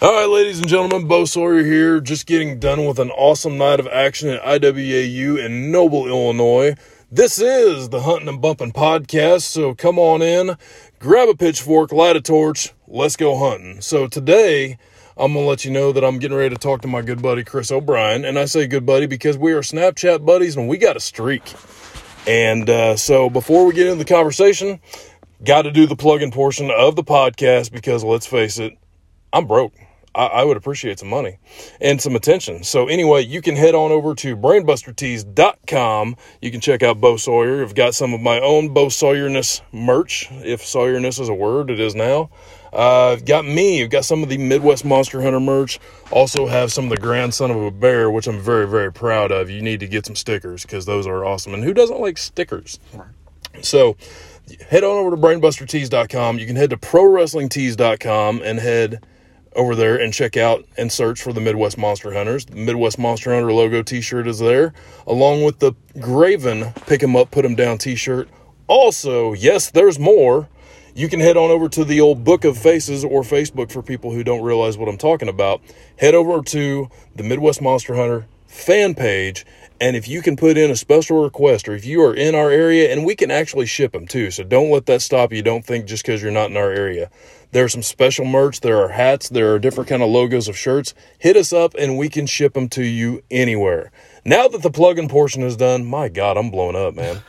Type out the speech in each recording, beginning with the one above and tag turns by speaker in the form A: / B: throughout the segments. A: All right, ladies and gentlemen, Bo Sawyer here, just getting done with an awesome night of action at IWAU in Noble, Illinois. This is the Hunting and Bumping podcast, so come on in, grab a pitchfork, light a torch, let's go hunting. So today, I'm going to let you know that I'm getting ready to talk to my good buddy Chris O'Brien, and I say good buddy because we are Snapchat buddies and we got a streak. And uh, so before we get into the conversation, got to do the plug-in portion of the podcast because let's face it, I'm broke. I, I would appreciate some money and some attention. So anyway, you can head on over to brainbustertees.com. You can check out Bo Sawyer. I've got some of my own Bo Sawyerness merch, if Sawyerness is a word, it is now. Uh, I've got me. I've got some of the Midwest Monster Hunter merch. Also have some of the Grandson of a Bear, which I'm very, very proud of. You need to get some stickers because those are awesome. And who doesn't like stickers? So head on over to brainbustertees.com. You can head to prowrestlingtees.com and head over there and check out and search for the Midwest Monster Hunters. The Midwest Monster Hunter logo t-shirt is there, along with the Graven pick 'em up, put 'em down t-shirt. Also, yes, there's more. You can head on over to the old Book of Faces or Facebook for people who don't realize what I'm talking about. Head over to the Midwest Monster Hunter fan page and if you can put in a special request or if you are in our area and we can actually ship them too so don't let that stop you don't think just because you're not in our area there's some special merch there are hats there are different kind of logos of shirts hit us up and we can ship them to you anywhere now that the plug-in portion is done my god i'm blown up man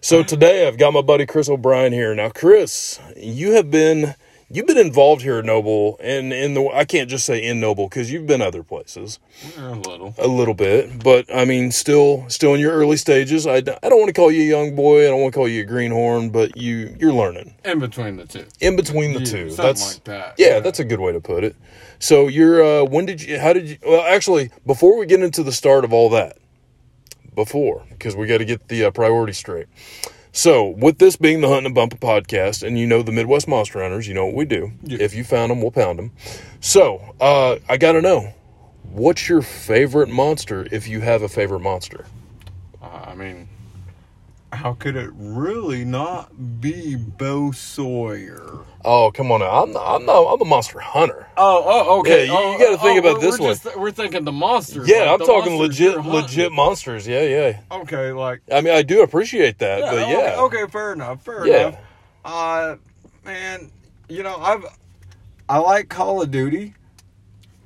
A: so today i've got my buddy chris o'brien here now chris you have been you've been involved here at noble and in the i can't just say in noble because you've been other places
B: A little.
A: a little bit, but I mean, still, still in your early stages. I, I don't want to call you a young boy. I don't want to call you a greenhorn, but you you're learning
B: In between the two.
A: in between the
B: Yeah,
A: two.
B: something
A: That's
B: like that,
A: Yeah,
B: yeah.
A: that's a good way to put it. So you're uh, when did you? How did you? Well, actually, before we get into the start of all that, before because we got to get the uh, priority straight. So, with this being the Hunt and Bump podcast, and you know the Midwest Monster Hunters, you know what we do.
B: Yeah.
A: If you found them, we'll pound them. So, uh, I got to know what's your favorite monster if you have a favorite monster?
B: Uh, I mean, how could it really not be Bo Sawyer?
A: Oh, come on. Now. I'm, not, I'm, not, I'm a monster hunter.
B: Oh, oh, okay.
A: Yeah, you-
B: oh,
A: you gotta think
B: oh,
A: about
B: we're-
A: this
B: we're just- we're thinking the monsters.
A: Yeah,
B: like,
A: I'm
B: the
A: talking
B: monsters
A: legit,
B: you're hunting.
A: legit monsters. Yeah, yeah.
B: Okay, like.
A: I mean, I do appreciate that,
B: Yeah, oh,
A: but
B: okay,
A: yeah.
B: Okay, fair enough. Fair
A: Yeah.
B: enough. Uh, man, you know I've I like Call of Duty.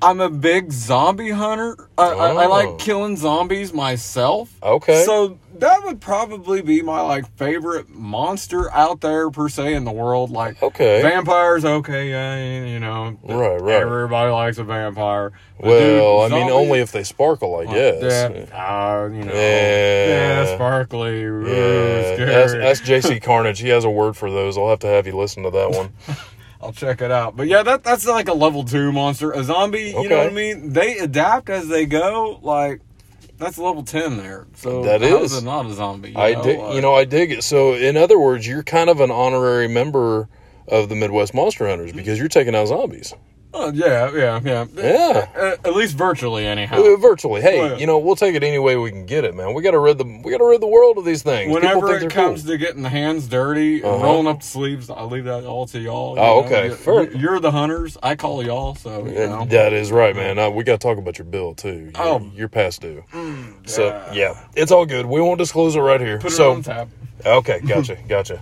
B: I'm a big zombie hunter. I, I, I
A: Oh.
B: like killing zombies myself.
A: Okay.
B: So that would probably be my like favorite monster out there per se in the world. Like
A: Okay.
B: vampires. Okay, yeah, you know,
A: Right, right.
B: Everybody likes a vampire. But dude,
A: well, I mean,
B: zombies-
A: only if they sparkle, I guess.
B: yeah, ah, you know,
A: Yeah.
B: yeah, sparkly, ooh,
A: Yeah, that's,
B: scary.
A: that's JC Carnage. He has a word for those. I'll have to have you listen to that one.
B: I'll check it out. But yeah, that that's like a level two monster. A zombie, you
A: Okay.
B: know what I mean? They adapt as they go. Like that's level ten there. So
A: That
B: how
A: is.
B: it not a zombie. You
A: I
B: know?
A: dig,
B: Like,
A: you know, I dig it. So, in other words, you're kind of an honorary member of the Midwest Monster Hunters because you're taking out zombies.
B: oh, yeah, yeah, yeah.
A: Yeah.
B: Uh, at least virtually, anyhow.
A: Uh, Virtually, hey,
B: Well-
A: you know, we'll take it any way we can get it, man. We got to rid the we got to rid the world of these things. People
B: Whenever
A: think
B: it
A: they're cool.
B: comes to getting the hands dirty and
A: Uh-huh.
B: rolling up the sleeves, I leave that all to y'all. you
A: Oh,
B: know?
A: okay,
B: You-
A: fair.
B: you- You're the hunters. I call y'all. So you know.
A: That is right, man. Uh, we got to talk about your bill too. You're,
B: Oh. Mm,
A: you're past due. so
B: yeah.
A: yeah, it's all good. We won't disclose it right here.
B: Put it
A: so
B: on tap.
A: Okay, gotcha, gotcha.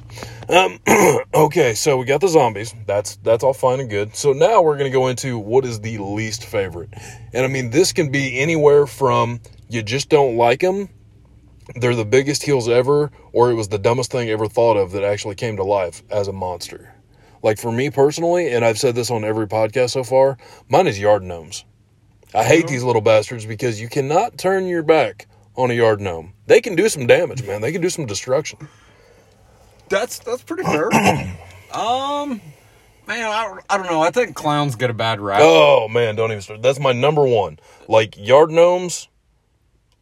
A: Um, okay, so we got the zombies. That's that's all fine and good. So now we're gonna go into what is the least favorite, and I mean this can be anywhere from you just don't like them, they're the biggest heels ever, or it was the dumbest thing ever thought of that actually came to life as a monster. Like for me personally, and I've said this on every podcast so far, mine is yard gnomes. I hate these little bastards because you cannot turn your back on a yard gnome. They can do some damage, man. They can do some destruction.
B: That's that's pretty fair. um, man, I, don't- I don't know. I think clowns get a bad rap.
A: Oh man, don't even start. That's my number one. Like yard gnomes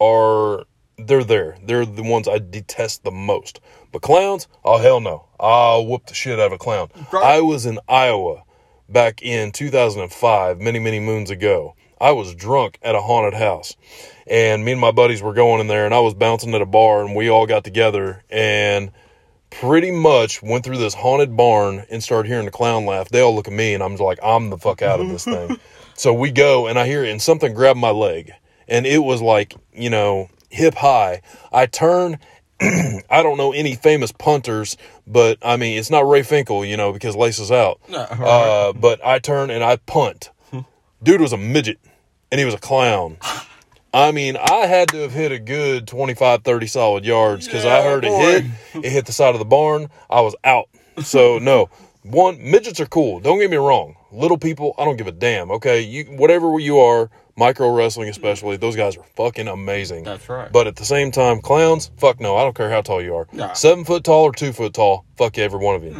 A: are they're there. They're the ones I detest the most. But clowns, oh hell no. I'll whoop the shit out of a clown.
B: Right.
A: I was in Iowa back in 2005, many many moons ago. I was drunk at a haunted house. And me and my buddies were going in there and I was bouncing at a bar and we all got together and pretty much went through this haunted barn and started hearing the clown laugh. They all look at me and I'm just like, I'm the fuck out of this thing. So we go, and I hear it, and something grabbed my leg, and it was like you know hip high. I turn. I don't know any famous punters, but I mean it's not Ray Finkel, you know, because Laces out.
B: No,
A: Uh, but I turn and I punt. Dude was a midget, and he was a clown. I mean, I had to have hit a good 25, 30 solid yards because I
B: Yeah,
A: heard
B: boy.
A: it hit. It hit the side of the barn. I was out. So no, one midgets are cool. Don't get me wrong. Little people, I don't give a damn. Okay, you whatever you are, micro wrestling especially, those guys are fucking amazing.
B: That's right.
A: But at the same time, clowns, fuck no. I don't care how tall you are.
B: Nah. Mm-hmm.
A: Seven foot tall or two foot tall, fuck every one of you.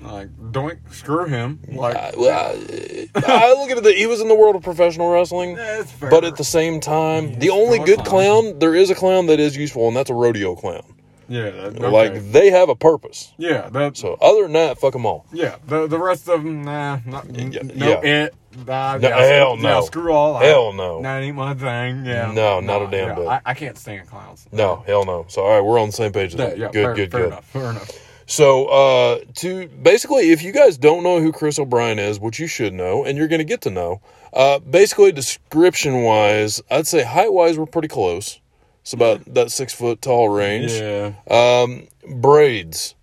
B: like, doink, screw him. Like,
A: I, well, I, I look at it. He was in the world of professional wrestling.
B: yeah, it's fair.
A: But at the same time, the only
B: still a
A: good
B: clown.
A: clown, there is a clown that is useful, and that's a rodeo clown.
B: yeah, that, okay.
A: Like, they have a purpose.
B: yeah, that,
A: So, other than that, fuck them all.
B: yeah, the the rest of them, nah, not, no,
A: yeah.
B: it, nah,
A: No,
B: yeah,
A: hell
B: yeah,
A: no.
B: screw all that.
A: Hell no.
B: That ain't my thing. Yeah,
A: No, not a damn
B: yeah,
A: bit.
B: I, I can't stand clowns.
A: No, hell no. So, all right, we're on the same page. as
B: Yeah,
A: that.
B: yeah,
A: good,
B: fair,
A: good,
B: fair
A: good.
B: enough, fair enough.
A: So, uh, to basically, if you guys don't know who Chris O'Brien is, which you should know, and you're going to get to know, uh, basically, description wise, I'd say height wise, we're pretty close. It's about that six foot tall range.
B: Yeah,
A: Um, braids.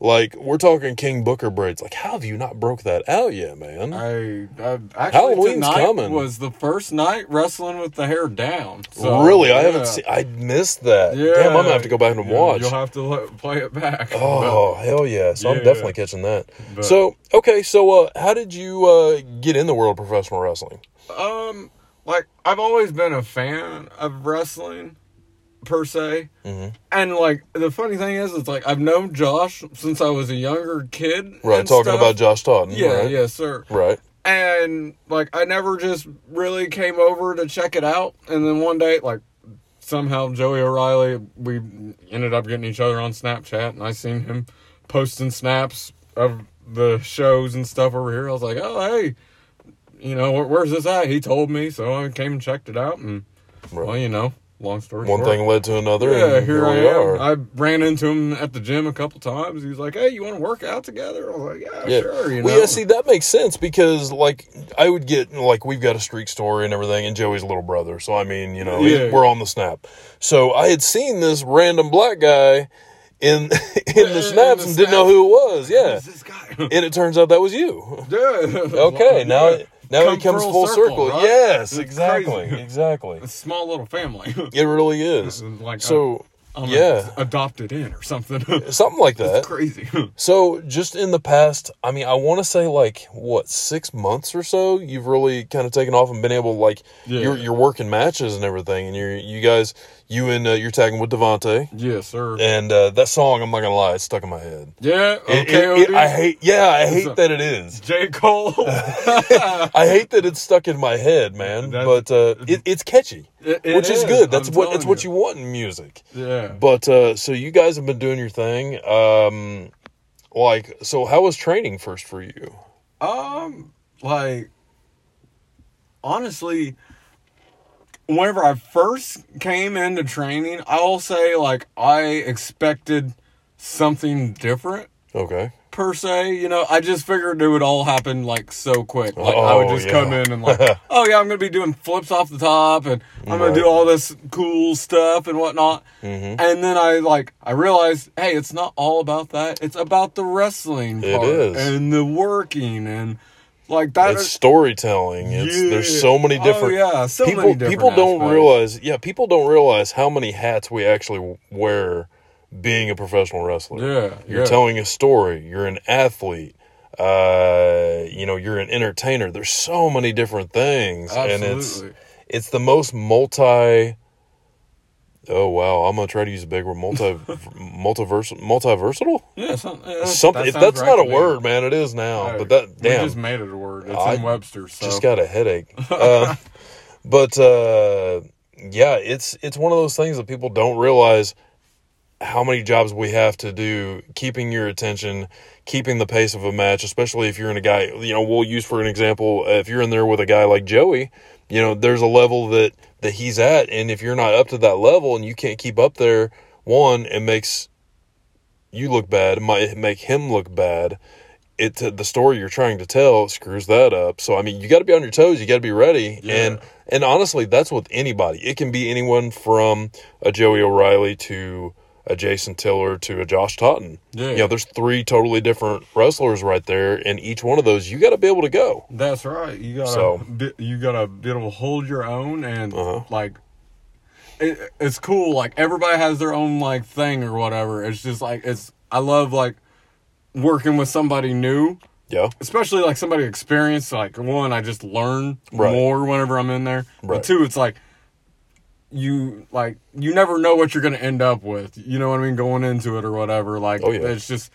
A: Like, we're talking King Booker braids. Like, how have you not broke that out yet, man?
B: I, I actually
A: Halloween's
B: tonight
A: coming.
B: was the first night wrestling with the hair down. So,
A: really? I
B: yeah.
A: haven't seen. I missed that.
B: Yeah,
A: Damn, I'm going to have to go back and
B: Yeah,
A: watch.
B: You'll have to let, play it back.
A: Oh hell yeah! So I'm
B: Yeah.
A: definitely catching that.
B: But-
A: so okay, so uh, how did you uh, get in the world of professional wrestling?
B: But, um, like I've always been a fan of wrestling, per se.
A: Mhm.
B: And like the funny thing is, it's like I've known Josh since I was a younger kid.
A: Right,
B: and
A: talking
B: stuff.
A: about Josh Totten.
B: Yeah,
A: right?
B: yeah, sir.
A: Right.
B: and like I never just really came over to check it out. And then one day, like somehow Joey O'Reilly, we ended up getting each other on Snapchat, and I seen him posting snaps of the shows and stuff over here. I was like, oh hey, you know where, where's this at? He told me, so I came and checked it out, and
A: Right.
B: well, you know, long story.
A: One
B: short,
A: thing led to another.
B: yeah,
A: and
B: here I
A: we
B: am.
A: are.
B: I ran into him at the gym a couple times. He was like, "Hey, you want to work out together?" I was like, "Yeah,
A: yeah.
B: sure." You know,
A: well, yeah, see, that makes sense because, like, I would get, like, we've got a streak story and everything, and Joey's little brother. So, I mean, you know,
B: Yeah.
A: we're on the snap. So, I had seen this random black guy in in
B: in
A: the
B: the
A: snaps and didn't know
B: snaps.
A: who it was. Yeah.
B: Who's this guy?
A: And it turns out that was you.
B: Yeah.
A: Okay, now
B: Yeah.
A: it, now
B: Come
A: it comes full, circle.
B: right?
A: Yes,
B: It's
A: exactly,
B: crazy.
A: exactly.
B: A small little family.
A: It really is.
B: like
A: So,
B: Mm-hmm. I'm
A: yeah.
B: adopted in or something. it's
A: something like that.
B: crazy.
A: So, just in the past, I mean, I want to say like what six months or so, you've really kind of taken off and been able to like
B: Yeah.
A: you're you're working matches and everything, and you're you guys you and uh, you're tagging with Devonte,
B: yes, sir.
A: and uh, that song I'm not gonna lie, it's stuck in my head.
B: Yeah.
A: It-
B: Okay.
A: it- it- I hate yeah, I hate
B: a-
A: that it is.
B: J. Cole.
A: I hate that it's stuck in my head, man.
B: That's-
A: but uh, it, it's catchy,
B: It- it
A: which is
B: is,
A: good. That's
B: I'm
A: what that's
B: telling
A: what you
B: you.
A: want in music.
B: yeah.
A: But uh, so you guys have been doing your thing. Um, like, so how was training first for you?
B: Um, like, honestly, whenever I first came into training, I'll say, like, I expected something different.
A: Okay.
B: per se. You know, I just figured it would all happen like so quick. Like I would
A: Oh,
B: just
A: yeah.
B: come in and like, oh yeah, I'm gonna be doing flips off the top, and I'm gonna do all this cool stuff and whatnot.
A: Mm-hmm.
B: And then I like I realized, hey, it's not all about that. It's about the wrestling
A: It
B: part
A: is.
B: and the working and like that.
A: It's storytelling. It's there's so many
B: Yeah.
A: different.
B: Oh, yeah, so
A: people
B: many different
A: people don't
B: aspects.
A: realize. Yeah, people don't realize how many hats we actually wear being a professional wrestler.
B: Yeah,
A: you're
B: yeah.
A: telling a story. You're an athlete. Uh, you know, you're an entertainer. There's so many different things, and it's
B: Absolutely.
A: it's the most multi. Oh wow, I'm gonna try to use a big word. Multi, multiversal, multiversal.
B: yeah, some, yeah, that
A: Something. If
B: sounds
A: that's
B: right
A: not
B: to
A: a
B: me.
A: word, man, it is now.
B: Hey,
A: But that
B: we
A: damn
B: just made it a word. It's
A: I
B: in Webster. So.
A: just got a headache. Uh, but uh, yeah, it's it's one of those things that people don't realize how many jobs we have to do, keeping your attention, keeping the pace of a match, especially if you're in a guy. You know, we'll use for an example if you're in there with a guy like Joey. You know, there's a level that that he's at, and if you're not up to that level and you can't keep up there, one, it makes you look bad. It might make him look bad. it to the story you're trying to tell screws that up. So I mean, you got to be on your toes. You got to be ready.
B: Yeah.
A: And and honestly, that's with anybody. It can be anyone from a Joey O'Reilly to a Jason Tiller to a Josh Totten.
B: Yeah.
A: You know, there's three totally different wrestlers right there, and each one of those you got to be able to go.
B: That's right. You gotta
A: So-
B: be, you gotta be able to hold your own and
A: Uh-huh.
B: like it, it's cool. Like everybody has their own like thing or whatever. It's just like it's. I love like working with somebody new,
A: Yeah.
B: especially like somebody experienced. Like one, I just learn
A: Right.
B: more whenever I'm in there.
A: Right.
B: But two, it's like you like you never know what you're gonna end up with. You know what I mean? Going into it or whatever. Like
A: Oh, yeah.
B: it's just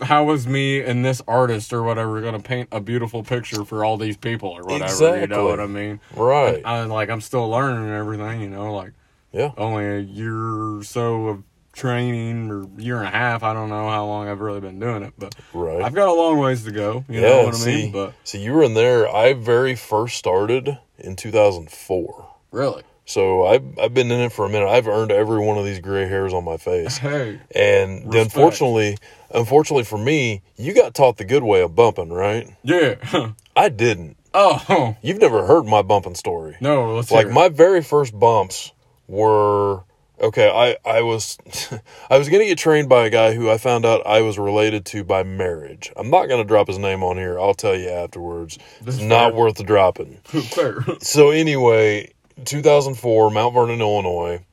B: how is me and this artist or whatever gonna paint a beautiful picture for all these people or whatever? You
A: Exactly.
B: know what I mean?
A: Right.
B: I like I'm still learning and everything. You know, like
A: Yeah.
B: only a year or so of training or year and a half. I don't know how long I've really been doing it, but
A: Right.
B: I've got a long ways to go. You
A: yeah.
B: know what I
A: see,
B: mean? But
A: see, you were in there. I very first started in 2004.
B: really,
A: So I've I've been in it for a minute. I've earned every one of these gray hairs on my face.
B: hey,
A: And the
B: Respect.
A: unfortunately, unfortunately for me, you got taught the good way of bumping, right?
B: yeah.
A: I didn't.
B: oh
A: You've never heard my bumping story.
B: no, let's
A: like
B: hear it.
A: my very first bumps were okay. I I was I was gonna get trained by a guy who I found out I was related to by marriage. I'm not gonna drop his name on here. I'll tell you afterwards.
B: This is
A: not
B: fair.
A: worth dropping.
B: Fair.
A: So anyway, 2004, Mount Vernon, Illinois.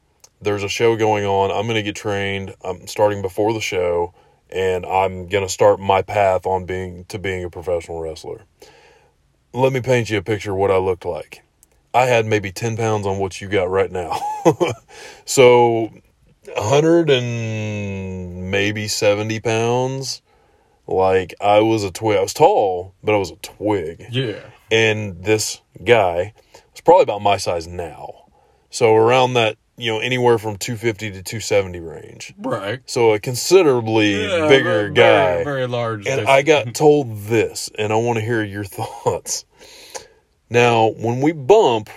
A: There's a show going on. I'm going to get trained. I'm starting before the show, and I'm going to start my path on being to being a professional wrestler. Let me paint you a picture of what I looked like. I had maybe 10 pounds on what you got right now. so 100 and maybe 70 pounds. Like I was a twig. I was tall, but I was a twig
B: yeah,
A: and this guy was probably about my size now. So around that, you know, anywhere from 250 to 270 range.
B: right.
A: So a considerably
B: Yeah,
A: bigger
B: very,
A: guy.
B: very, very large.
A: and
B: this-
A: I got told this, and I want to hear your thoughts. Now, when we bump,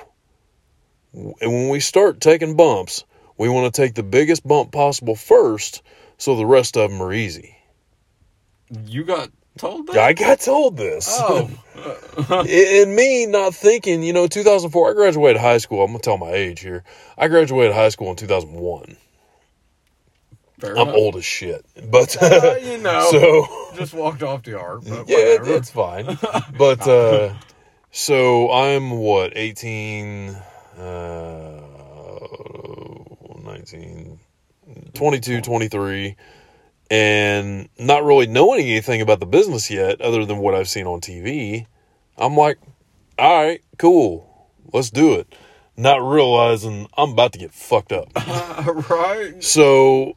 A: and when we start taking bumps, we want to take the biggest bump possible first, so the rest of them are easy.
B: you got told that.
A: I got told this.
B: oh,
A: and me not thinking, you know, 2004, I graduated high school. I'm going to tell my age here. I graduated high school in 2001.
B: fair
A: I'm
B: enough.
A: old as shit. But,
B: Uh, you know,
A: so,
B: just walked off the art. But
A: yeah, it-
B: whatever.
A: it's fine. But, uh, so I'm what, 18, uh, 19, 22, 23, and not really knowing anything about the business yet other than what I've seen on TV. I'm like, all right, cool. Let's do it. Not realizing I'm about to get fucked up.
B: Uh, right.
A: So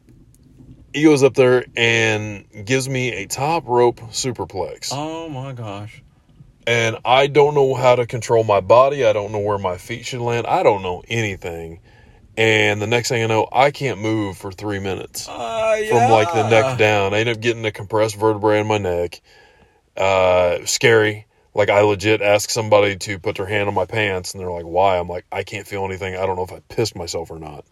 A: he goes up there and gives me a top rope superplex.
B: Oh my gosh.
A: And I don't know how to control my body. I don't know where my feet should land. I don't know anything. And the next thing I know, I can't move for three minutes
B: Uh, yeah.
A: from like the neck down. I end up getting a compressed vertebrae in my neck. Uh, scary. Like I legit asked somebody to put their hand on my pants, and they're like, "Why?" I'm like, "I can't feel anything. I don't know if I pissed myself or not."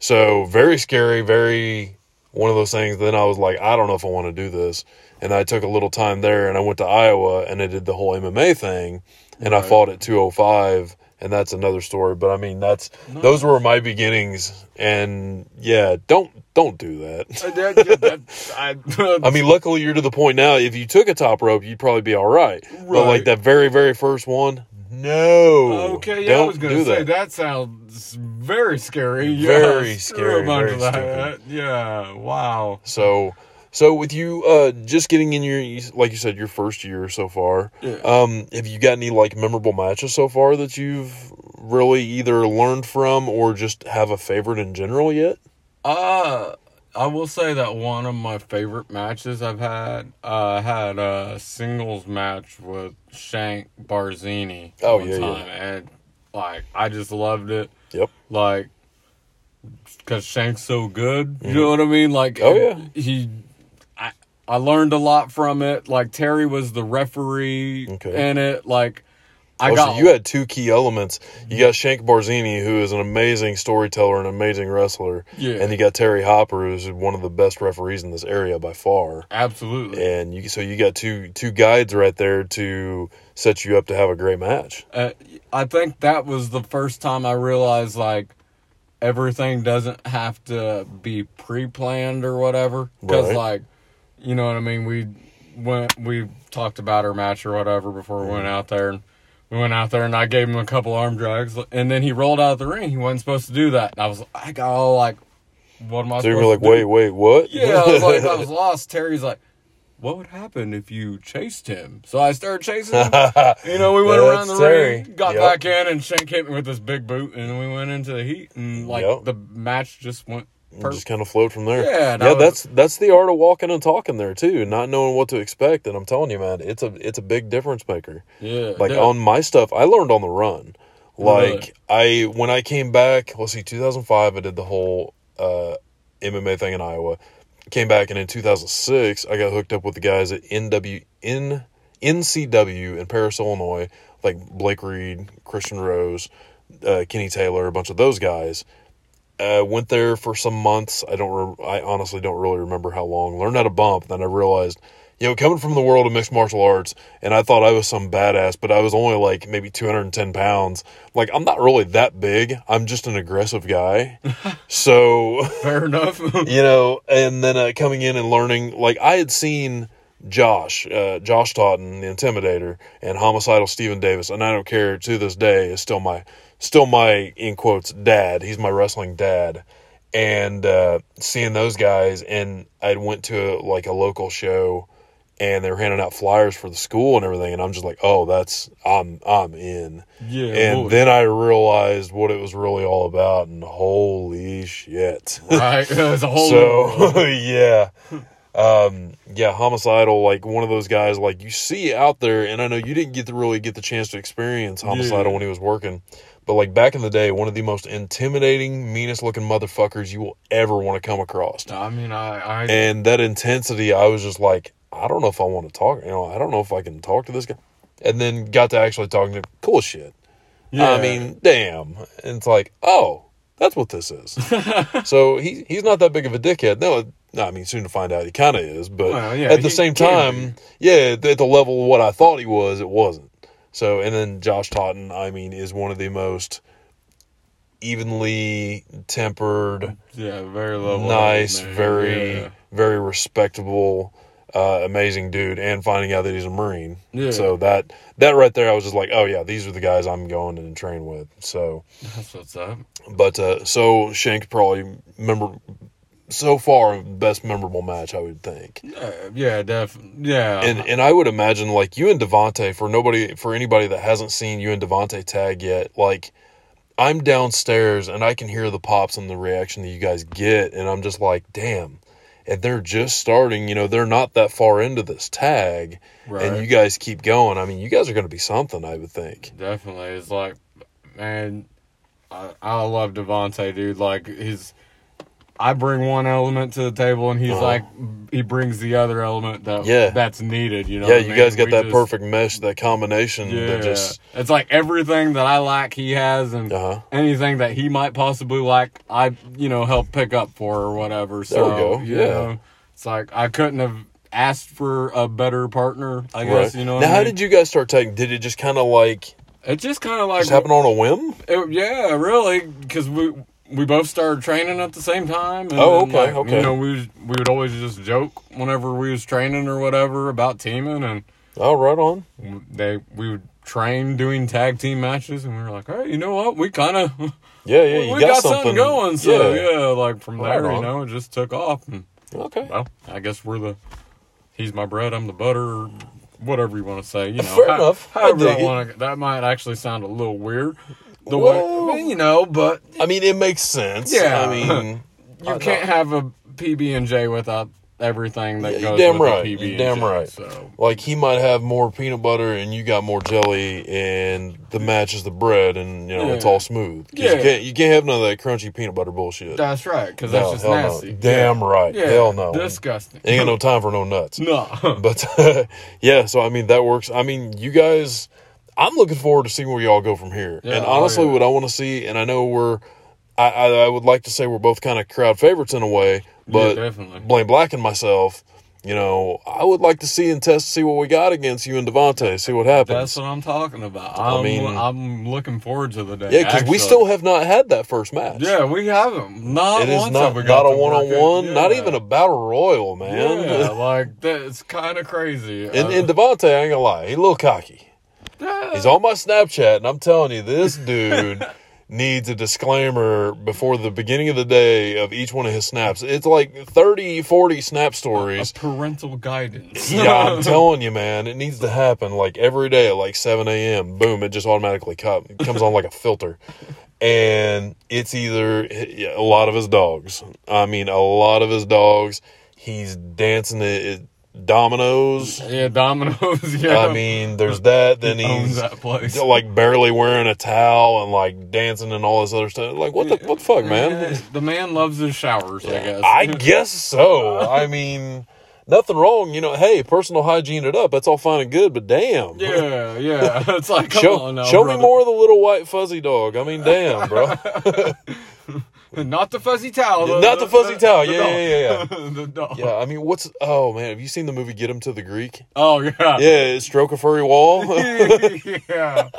A: So very scary. Very one of those things. Then I was like, "I don't know if I want to do this," and I took a little time there, and I went to Iowa, and I did the whole MMA thing, and I
B: Right.
A: fought at 205. And that's another story, but I mean, that's those were my beginnings, and yeah, don't don't do that.
B: Uh, that- yeah, that- I,
A: I mean, luckily you're to the point now. If you took a top rope, you'd probably be all right. But like
B: Right.
A: that very, very first one, no.
B: okay, yeah, I was gonna
A: do
B: say that. sounds very scary. Yeah,
A: Very
B: screw
A: scary,
B: A bunch
A: very
B: of that. Yeah. Wow.
A: So, so with you uh, just getting in your, like you said, your first year so far,
B: Yeah.
A: um, have you got any like memorable matches so far that you've really either learned from or just have a favorite in general yet?
B: Uh I will say that one of my favorite matches I've had, uh, I had a singles match with Shank Barzini.
A: Oh,
B: one
A: yeah, yeah.
B: time, and like I just loved it.
A: Yep.
B: like because Shank's so good. You know what I mean? Like,
A: Mm-hmm. Oh, yeah.
B: he. I I learned a lot from it. Like Terry was the referee
A: Okay.
B: in it. Like I
A: Oh,
B: got
A: so you had two key elements. You got Shank Barzini, who is an amazing storyteller and amazing wrestler,
B: Yeah.
A: and you got Terry Hopper, who's one of the best referees in this area by far.
B: absolutely.
A: And you, so you got two two guides right there to set you up to have a great match.
B: uh, I think that was the first time I realized like everything doesn't have to be pre-planned or whatever. Because
A: Right.
B: like, you know what I mean. We went, we talked about our match or whatever before we went
A: Mm-hmm.
B: out there, and we went out there and I gave him a couple arm drags, and then he rolled out of the ring. He wasn't supposed to do that, and I was, I got all like, what am I?
A: So you
B: supposed
A: were like,
B: to do?
A: wait, wait, what?
B: Yeah, I was like, I was lost. Terry's like, what would happen if you chased him? So I started chasing him. you know, we went
A: Yeah,
B: around the
A: that's Terry.
B: ring, got
A: Yep.
B: back in, and Shank hit me with this big boot, and we went into the heat, and like
A: Yep.
B: the match just went
A: It
B: perfect.
A: just kind of flowed from there.
B: Yeah, and I
A: yeah.
B: was-
A: That's that's the art of walking and talking there too, not knowing what to expect. And I'm telling you, man, it's a it's a big difference maker.
B: Yeah,
A: Like
B: yeah.
A: on my stuff, I learned on the run. Like I when I came back, let's see, 2005, I did the whole uh, MMA thing in Iowa. Came back and in 2006, I got hooked up with the guys at NW N- NCW in Paris, Illinois, like Blake Reed, Christian Rose, uh, Kenny Taylor, a bunch of those guys uh, went there for some months. I don't. Re- I honestly don't really remember how long. Learned how to bump. Then I realized, you know, coming from the world of mixed martial arts, and I thought I was some badass, but I was only like maybe 210 pounds. Like I'm not really that big. I'm just an aggressive guy. so
B: Fair enough.
A: you know, and then uh, coming in and learning, like I had seen Josh, uh, Josh Totten, the Intimidator, and homicidal Stephen Davis, and I don't care to this day is still my, still my in quotes dad. He's my wrestling dad, and uh, seeing those guys, and I went to like a local show, and they were handing out flyers for the school and everything, and I'm just like, oh, that's I'm I'm in.
B: yeah,
A: And
B: boy.
A: then I realized what it was really all about, and holy shit!
B: right, it's a whole.
A: so yeah um yeah homicidal like one of those guys like you see out there and i know you didn't get to really get the chance to experience homicidal
B: Yeah.
A: when he was working but like back in the day one of the most intimidating meanest looking motherfuckers you will ever want to come across
B: I mean, I, I
A: and that intensity i was just like i don't know if i want to talk you know i don't know if i can talk to this guy and then got to actually talking to him cool as shit
B: yeah.
A: I mean, damn. And it's like, oh, that's what this is. so he he's not that big of a dickhead. No, no, I mean, soon to find out he kind of is. But
B: Well, yeah,
A: at the
B: he
A: same
B: can
A: time, yeah, at the level of what I thought he was, it wasn't. So, and then Josh Totten, I mean, is one of the most evenly tempered,
B: yeah, very level.
A: nice,
B: man.
A: very,
B: Yeah.
A: very respectable, uh, amazing dude, and finding out that he's a Marine.
B: Yeah.
A: So that that right there, I was just like, oh yeah, these are the guys I'm going and train with. So,
B: That's what's up.
A: but uh, so Shank probably member so far best memorable match I would think.
B: Yeah, yeah, def. Yeah,
A: And and I would imagine like you and Devonte for nobody for anybody that hasn't seen you and Devonte tag yet like. I'm downstairs and I can hear the pops and the reaction that you guys get, and I'm just like, damn. And they're just starting, you know, they're not that far into this tag,
B: right.
A: and you guys keep going. I mean, you guys are going to be something, I would think.
B: Definitely, it's like, man, I, I love Devonte, dude. Like he's, I bring one element to the table, and he's
A: Uh-huh.
B: like, he brings the other element that
A: Yeah.
B: that's needed. You know,
A: yeah,
B: what I
A: you
B: mean?
A: guys got
B: We
A: that
B: just-
A: perfect mesh, that combination
B: Yeah,
A: that just,
B: it's like everything that I like, he has, and
A: uh huh.
B: anything that he might possibly like, I you know help pick up for or whatever. So
A: we go,
B: you
A: yeah.
B: know, it's like I couldn't have asked for a better partner. I guess
A: Right.
B: you know.
A: Now, how did you guys start tagging? Did it just kind of like
B: you? It just kind of like
A: just happen on a whim?
B: It, Oh, yeah, really, because we we both started training at the same time. And
A: Oh,
B: then,
A: okay,
B: like,
A: okay.
B: You know, we was- we would always just joke whenever we was training or whatever about teaming, and
A: Oh, right on.
B: they we would train doing tag team matches, and we were like, hey, you know what? We kind of
A: Yeah, yeah.
B: we,
A: You
B: we
A: got,
B: got, something, going. So yeah, like from
A: Right
B: there, you
A: on.
B: know, it just took off. And,
A: Okay.
B: well, I guess we're the he's my bread, I'm the butter. Or, Whatever you want to say, you know.
A: Fair enough. I
B: However,
A: dig
B: I
A: it.
B: want to. That might actually sound a little weird. The
A: Well-
B: way, I mean, you know, but
A: I mean, it makes sense.
B: Yeah.
A: I mean,
B: You
A: I
B: can't have a PB and J without everything that
A: Yeah, you're
B: goes
A: damn
B: with
A: right.
B: a PB.
A: You're damn right.
B: So
A: like he might have more peanut butter, and you got more jelly, and the match is the bread, and you know it's
B: Yeah.
A: all smooth. 'Cause You
B: Yeah.
A: can't you can't have none of that crunchy peanut butter bullshit.
B: that's right, because
A: No,
B: that's just
A: hell no.
B: nasty.
A: Damn right.
B: Yeah.
A: Hell no.
B: Disgusting.
A: Ain't got no time for no nuts.
B: no.
A: but yeah so i mean that works i mean you guys I'm looking forward to seeing where y'all go from here.
B: Yeah,
A: and
B: oh,
A: honestly,
B: yeah.
A: what I want to see, and I know we're, I, I, I would like to say we're both kind of crowd favorites in a way, but
B: definitely.
A: Blaine Black and myself, you know, I would like to see and test, see what we got against you and Devontae, see what happens.
B: That's what I'm talking about. I'm, I
A: mean-
B: am looking forward to the day.
A: yeah, because we
B: actually.
A: still have not had that first match.
B: Yeah, we haven't. Not
A: It is
B: once
A: not,
B: have we
A: not
B: got
A: a
B: to
A: one
B: work
A: on
B: it.
A: one, not
B: Yeah.
A: even a battle royal, man.
B: Yeah, like that's kind of crazy.
A: And,
B: Uh,
A: and Devontae, I ain't gonna lie, he a little cocky.
B: yeah.
A: He's on my Snapchat, and I'm telling you, this dude needs a disclaimer before the beginning of the day of each one of his snaps. It's like 30, 40 snap
B: a
A: stories.
B: parental guidance.
A: Yeah, I'm telling you, man, it needs to happen like every day at like 7 a.m. Boom, it just automatically co- comes on like a filter. And it's either yeah, a lot of his dogs. I mean, a lot of his dogs. He's dancing it, it dominoes.
B: yeah, Domino's. Yeah,
A: I mean, there's that. Then
B: owns
A: he's
B: that place.
A: like barely wearing a towel and like dancing and all this other stuff. Like what the what the fuck, man?
B: Yeah, the man loves his showers. I guess.
A: I guess so. I mean, nothing wrong. You know, hey, personal hygiene it up. That's all fine and good. But damn,
B: yeah, yeah. It's like, come
A: show
B: on now,
A: show
B: brother.
A: me more of the little white fuzzy dog. I mean, damn, bro.
B: Not the fuzzy towel.
A: Not the fuzzy towel. Yeah,
B: dog.
A: yeah,
B: the dog.
A: yeah, I mean, what's oh man? Have you seen the movie Get Him to the Greek?
B: Oh yeah.
A: Yeah, stroke a furry wall.
B: yeah.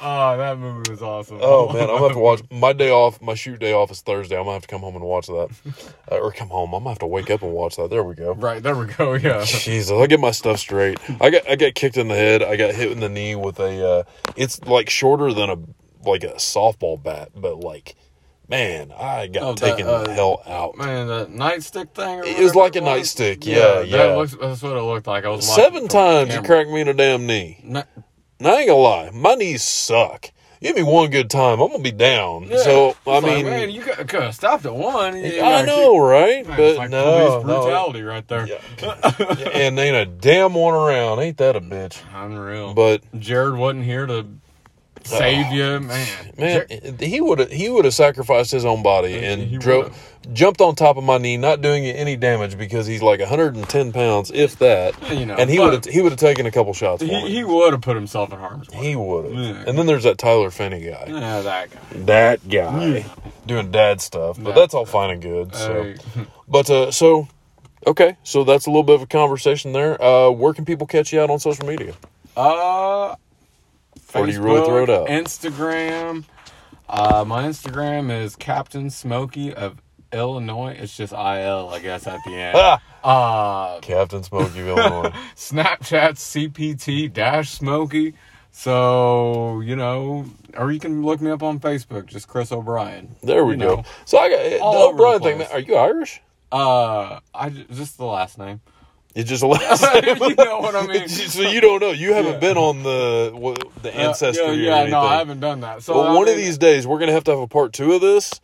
B: Oh, that movie was awesome.
A: Oh man, I'm gonna have to watch my day off. My shoot day off is Thursday. I'm gonna have to come home and watch that, uh, or come home. I'm gonna have to wake up and watch that. There we go.
B: Right there we go. Yeah.
A: Jesus, I get my stuff straight. I got I got kicked in the head. I got hit in the knee with a. Uh, it's like shorter than a like a softball bat, but like, man, I got
B: Oh, that,
A: taken
B: uh,
A: the hell out.
B: Man, that nightstick thing. or
A: It was
B: whatever
A: like a
B: was?
A: nightstick, yeah, yeah.
B: That looks, that's what it looked like. I was watching
A: Seven
B: from
A: times you
B: camera.
A: cracked me in a damn knee.
B: Na-
A: And I ain't gonna lie, my knees suck. Give me one good time, I'm gonna be down.
B: yeah.
A: So
B: It's
A: I
B: like,
A: mean,
B: man, you could have stopped at one. You
A: I
B: gotta
A: know, right?
B: keep- man,
A: but
B: it's like
A: no,
B: police
A: no,
B: brutality right there.
A: Yeah. Yeah, and ain't a damn one around. Ain't that a bitch?
B: Unreal.
A: But
B: Jared wasn't here to save you, man.
A: man, he would have he would have sacrificed his own body
B: he
A: and drove, jumped on top of my knee, not doing it any damage because he's like 110 pounds, if that.
B: You know,
A: and he
B: but-
A: would have he would have taken a couple shots. for
B: Jer-
A: me.
B: he, he would have put himself in harm's way.
A: He would have.
B: Yeah.
A: And then there's that Tyler Finney guy.
B: Yeah, that guy.
A: That guy doing dad stuff, but
B: Yeah.
A: that's all fine and good. So.
B: Hey,
A: But uh, so, okay, so that's a little bit of a conversation there. Uh, where can people catch you out on social media?
B: uh,
A: Or do you really throw it
B: Facebook,
A: out?
B: Instagram. Uh, my Instagram is Captain Smokey of Illinois. It's just IL, I guess, at the end.
A: Ah,
B: Uh,
A: Captain Smokey of Illinois.
B: Snapchat CPT dash Smokey. So, you know, or you can look me up on Facebook, just Chris O'Brien.
A: There we
B: You
A: go.
B: know.
A: So I got uh, the
B: All over the
A: O'Brien thing. Man,
B: place.
A: are you Irish?
B: Uh, I j- just the last name.
A: You just last
B: you know what I mean? Uh,
A: so you don't know. You haven't
B: Yeah.
A: been on the what, the
B: Uh,
A: ancestry
B: yeah,
A: or
B: yeah,
A: anything.
B: no, I haven't done that. So
A: well,
B: I
A: one of
B: mean,
A: these days we're gonna have to have a part two of this.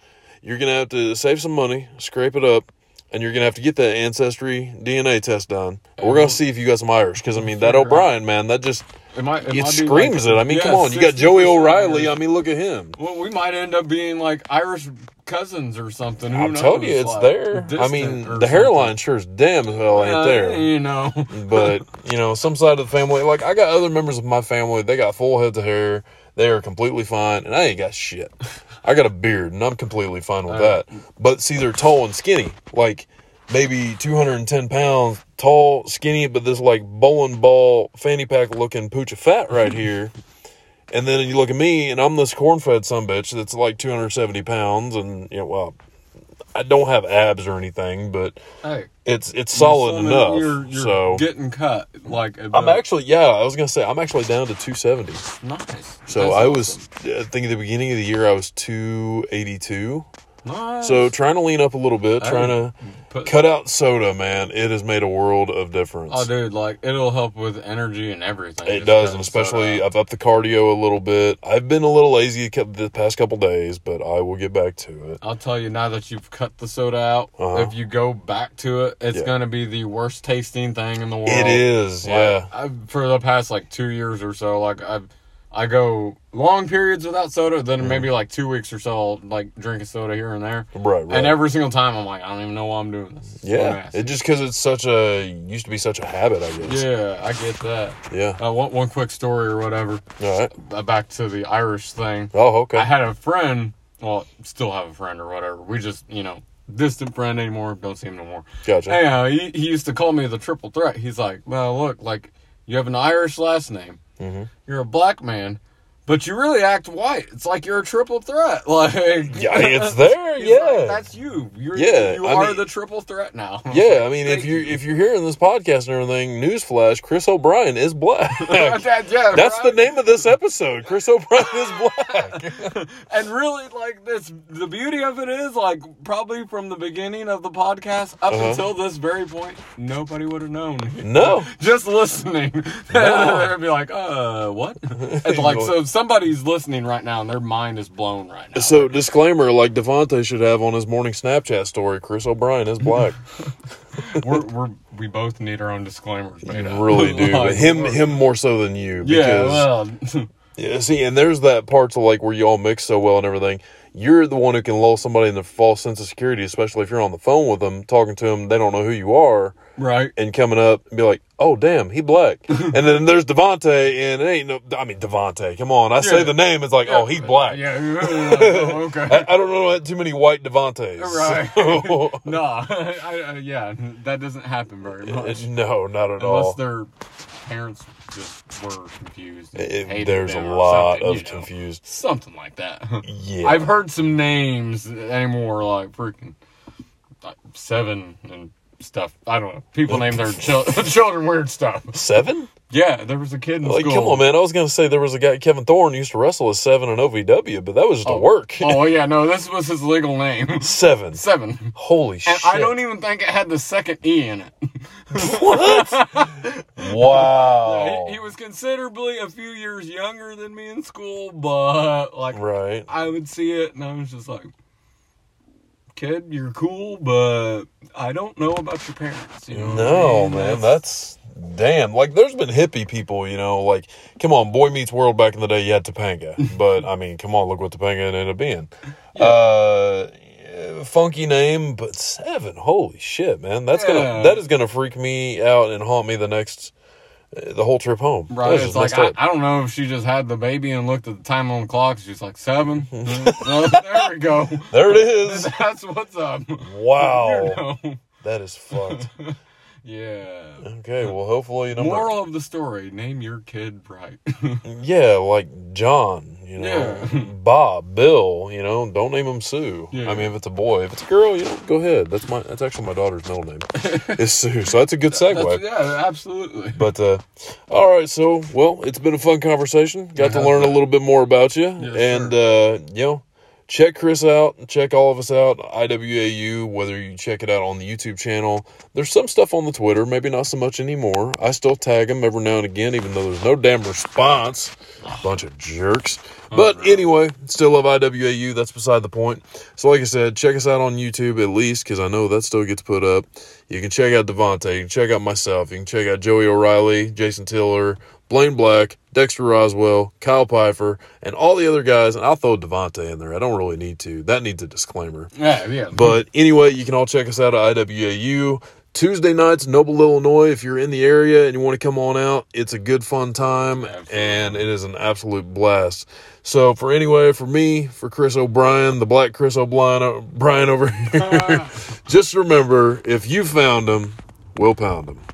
A: You're gonna have to save some money, scrape it up, and you're gonna have to get that ancestry DNA test done. And We're gonna see if you got some Irish, because I mean that
B: Figure out.
A: O'Brien man, that just
B: it, might,
A: it
B: might be
A: screams
B: like-
A: it. I mean,
B: yeah,
A: come on, you got
B: 60%
A: Joey O'Reiley. I
B: Irish.
A: mean, look at him.
B: well, we might end up being like Irish cousins or something. Who
A: I'm
B: knows?
A: telling you, it's
B: like,
A: there. I
B: distant
A: mean,
B: or
A: the hairline sure is damn as hell
B: something.
A: ain't
B: Uh,
A: there.
B: You know,
A: but you know, some side of the family, like I got other members of my family, they got full heads of hair, they are completely fine, and I ain't got shit. I got a beard, and I'm completely fine with that. But see, they're tall and skinny, like maybe 210 pounds, tall, skinny, but this like bowling ball fanny pack looking pooch of fat right here. And then you look at me, and I'm this corn-fed bitch that's like 270 pounds, and you know, well, I don't have abs or anything, but
B: hey,
A: it's it's solid
B: assuming
A: enough.
B: You're, you're
A: so
B: getting cut like at
A: I'm
B: the-
A: actually, yeah, I was gonna say I'm actually down to 270.
B: nice.
A: So
B: That's
A: I
B: awesome.
A: was, uh, I think at the beginning of the year I was 282.
B: Oh, nice.
A: So trying to lean up a little bit,
B: Hey.
A: trying to
B: Put-
A: cut out soda, man. It has made a world of difference.
B: Oh, dude, like it'll help with energy and everything.
A: It
B: Just
A: does, and
B: cutting
A: especially
B: soda out.
A: I've upped the cardio a little bit. I've been a little lazy cou- the past couple days, but I will get back to it.
B: I'll tell you now that you've cut the soda out.
A: Uh-huh.
B: If you go back to it, it's
A: Yeah.
B: gonna be the worst tasting thing in the world.
A: it is,
B: Like,
A: yeah.
B: I've, for the past like two years or so, like I've I go long periods without soda,
A: Mm-hmm.
B: then maybe like two weeks or so, I'll like drink a soda here and there.
A: Right, right.
B: And every single time, I'm like, I don't even know why I'm doing this. It's so
A: yeah,
B: nasty.
A: it just because it's such a used to be such a habit, I guess.
B: yeah, I get that.
A: Yeah.
B: Uh, one, one quick story or whatever.
A: All right.
B: Uh, Back to the Irish thing.
A: Oh, okay.
B: I had a friend, well, still have a friend or whatever. We just, you know, distant friend anymore. Don't see him no more.
A: gotcha.
B: Anyhow, he, he used to call me the triple threat. He's like, well, look, like, you have an Irish last name.
A: Mhm.
B: You're a black man, but you really act white. It's like you're a triple threat. Like,
A: Yeah, it's there.
B: he's
A: yeah.
B: like, that's you. You're,
A: Yeah,
B: you
A: I
B: are
A: mean-
B: the triple threat now.
A: yeah, I mean, if
B: Thank
A: you if you're hearing this podcast and everything, newsflash: Chris O'Brien is black. That's
B: That- yeah,
A: the
B: right?
A: name of this episode. Chris O'Brien is black.
B: And really, like this, the beauty of it is, like, probably from the beginning of the podcast up
A: Uh-huh.
B: until this very point, nobody would have known.
A: No,
B: Just listening, they'd be like, "Uh, what?" It's like so. Somebody's listening right now, and their mind is blown right now.
A: So disclaimer, like Devontae should have on his morning Snapchat story, Chris O'Brien is black.
B: we're, we're we both need our own disclaimers.
A: You
B: made up.
A: really do. But
B: Like,
A: him
B: we're-
A: him more so than you.
B: Yeah.
A: Because
B: well,
A: yeah, see, and there's that part to like where you all mix so well and everything. You're the one who can lull somebody in the false sense of security, especially if you're on the phone with them, talking to them, they don't know who you are,
B: right.
A: and coming up and be like, Oh damn, he black. and then there's Devontae and it ain't no I mean Devontae, come on. I say
B: Yeah.
A: the name, it's like, oh he black.
B: Yeah. oh, okay.
A: I, I don't know too many white Devontaes.
B: Right.
A: so-
B: Nah. I, I, yeah, that doesn't happen very much.
A: no, not at all.
B: Unless their parents just were confused. And
A: It-
B: hated
A: there's a
B: them or
A: lot
B: something,
A: of
B: you know.
A: confused.
B: Something like that.
A: Yeah,
B: I've heard some names anymore, like freaking like seven and stuff. I don't know. People name their chil- children weird stuff.
A: seven.
B: Yeah, there was a kid in
A: Like,
B: school.
A: come on, man. I was gonna say there was a guy Kevin Thorne who used to wrestle as seven in OVW, but that was just a work.
B: oh yeah, no, this was his legal name.
A: Seven.
B: Seven.
A: Holy shit!
B: And I don't even think it had the second E in it.
A: what? wow. Oh.
B: He, he was considerably a few years younger than me in school, but like
A: right.
B: I would see it and I was just like, kid, you're cool, but I don't know about your parents. You know what I
A: No,
B: mean?
A: man. That's damn. Like, there's been hippie people, you know. Like, come on, Boy Meets World back in the day, you had Topanga, but I mean, come on, look what Topanga ended up being. Uh, yeah, funky name, but seven. Holy shit, man. That's
B: Yeah.
A: gonna that is gonna freak me out and haunt me the next uh, the whole trip home.
B: Right,
A: That's
B: it's
A: just
B: like I,
A: messed up.
B: I don't know if she just had the baby and looked at the time on the clock. She's like seven. No, there we go.
A: there it is.
B: That's what's up.
A: Wow,
B: No.
A: that is fucked.
B: Yeah.
A: Okay, well, hopefully you know.
B: Moral of the story: Name your kid right.
A: Yeah, like John, you know,
B: Yeah.
A: Bob, Bill, you know, don't name him Sue.
B: Yeah.
A: I mean, if it's a boy, if it's a girl, you know, go ahead. That's my, that's actually my daughter's middle name is Sue. So that's a good segue.
B: That's, yeah, absolutely.
A: But uh, all right, so well, it's been a fun conversation. Got to
B: Yeah.
A: learn a little bit more about you,
B: Yes,
A: and uh, you know, check Chris out, check all of us out. IWAU, whether you check it out on the YouTube channel, there's some stuff on the Twitter, maybe not so much anymore. I still tag him every now and again, even though there's no damn response. Bunch of jerks. But anyway, still love IWAU. That's beside the point. So, like I said, check us out on YouTube at least, because I know that still gets put up. You can check out Devontae. You can check out myself. You can check out Joey O'Reilly, Jason Tiller, Blaine Black, Dexter Roswell, Kyle Pfeiffer, and all the other guys. And I'll throw Devontae in there. I don't really need to. That needs a disclaimer.
B: Yeah, yeah.
A: But anyway, you can all check us out at IWAU. Tuesday nights, Noble, Illinois. If you're in the area and you want to come on out, it's a good fun time
B: Absolutely.
A: and it is an absolute blast. So for anyway, for me, for Chris O'Brien, the black Chris O'Brien
B: Uh,
A: O'Brien over here, just remember if you found them, we'll pound them.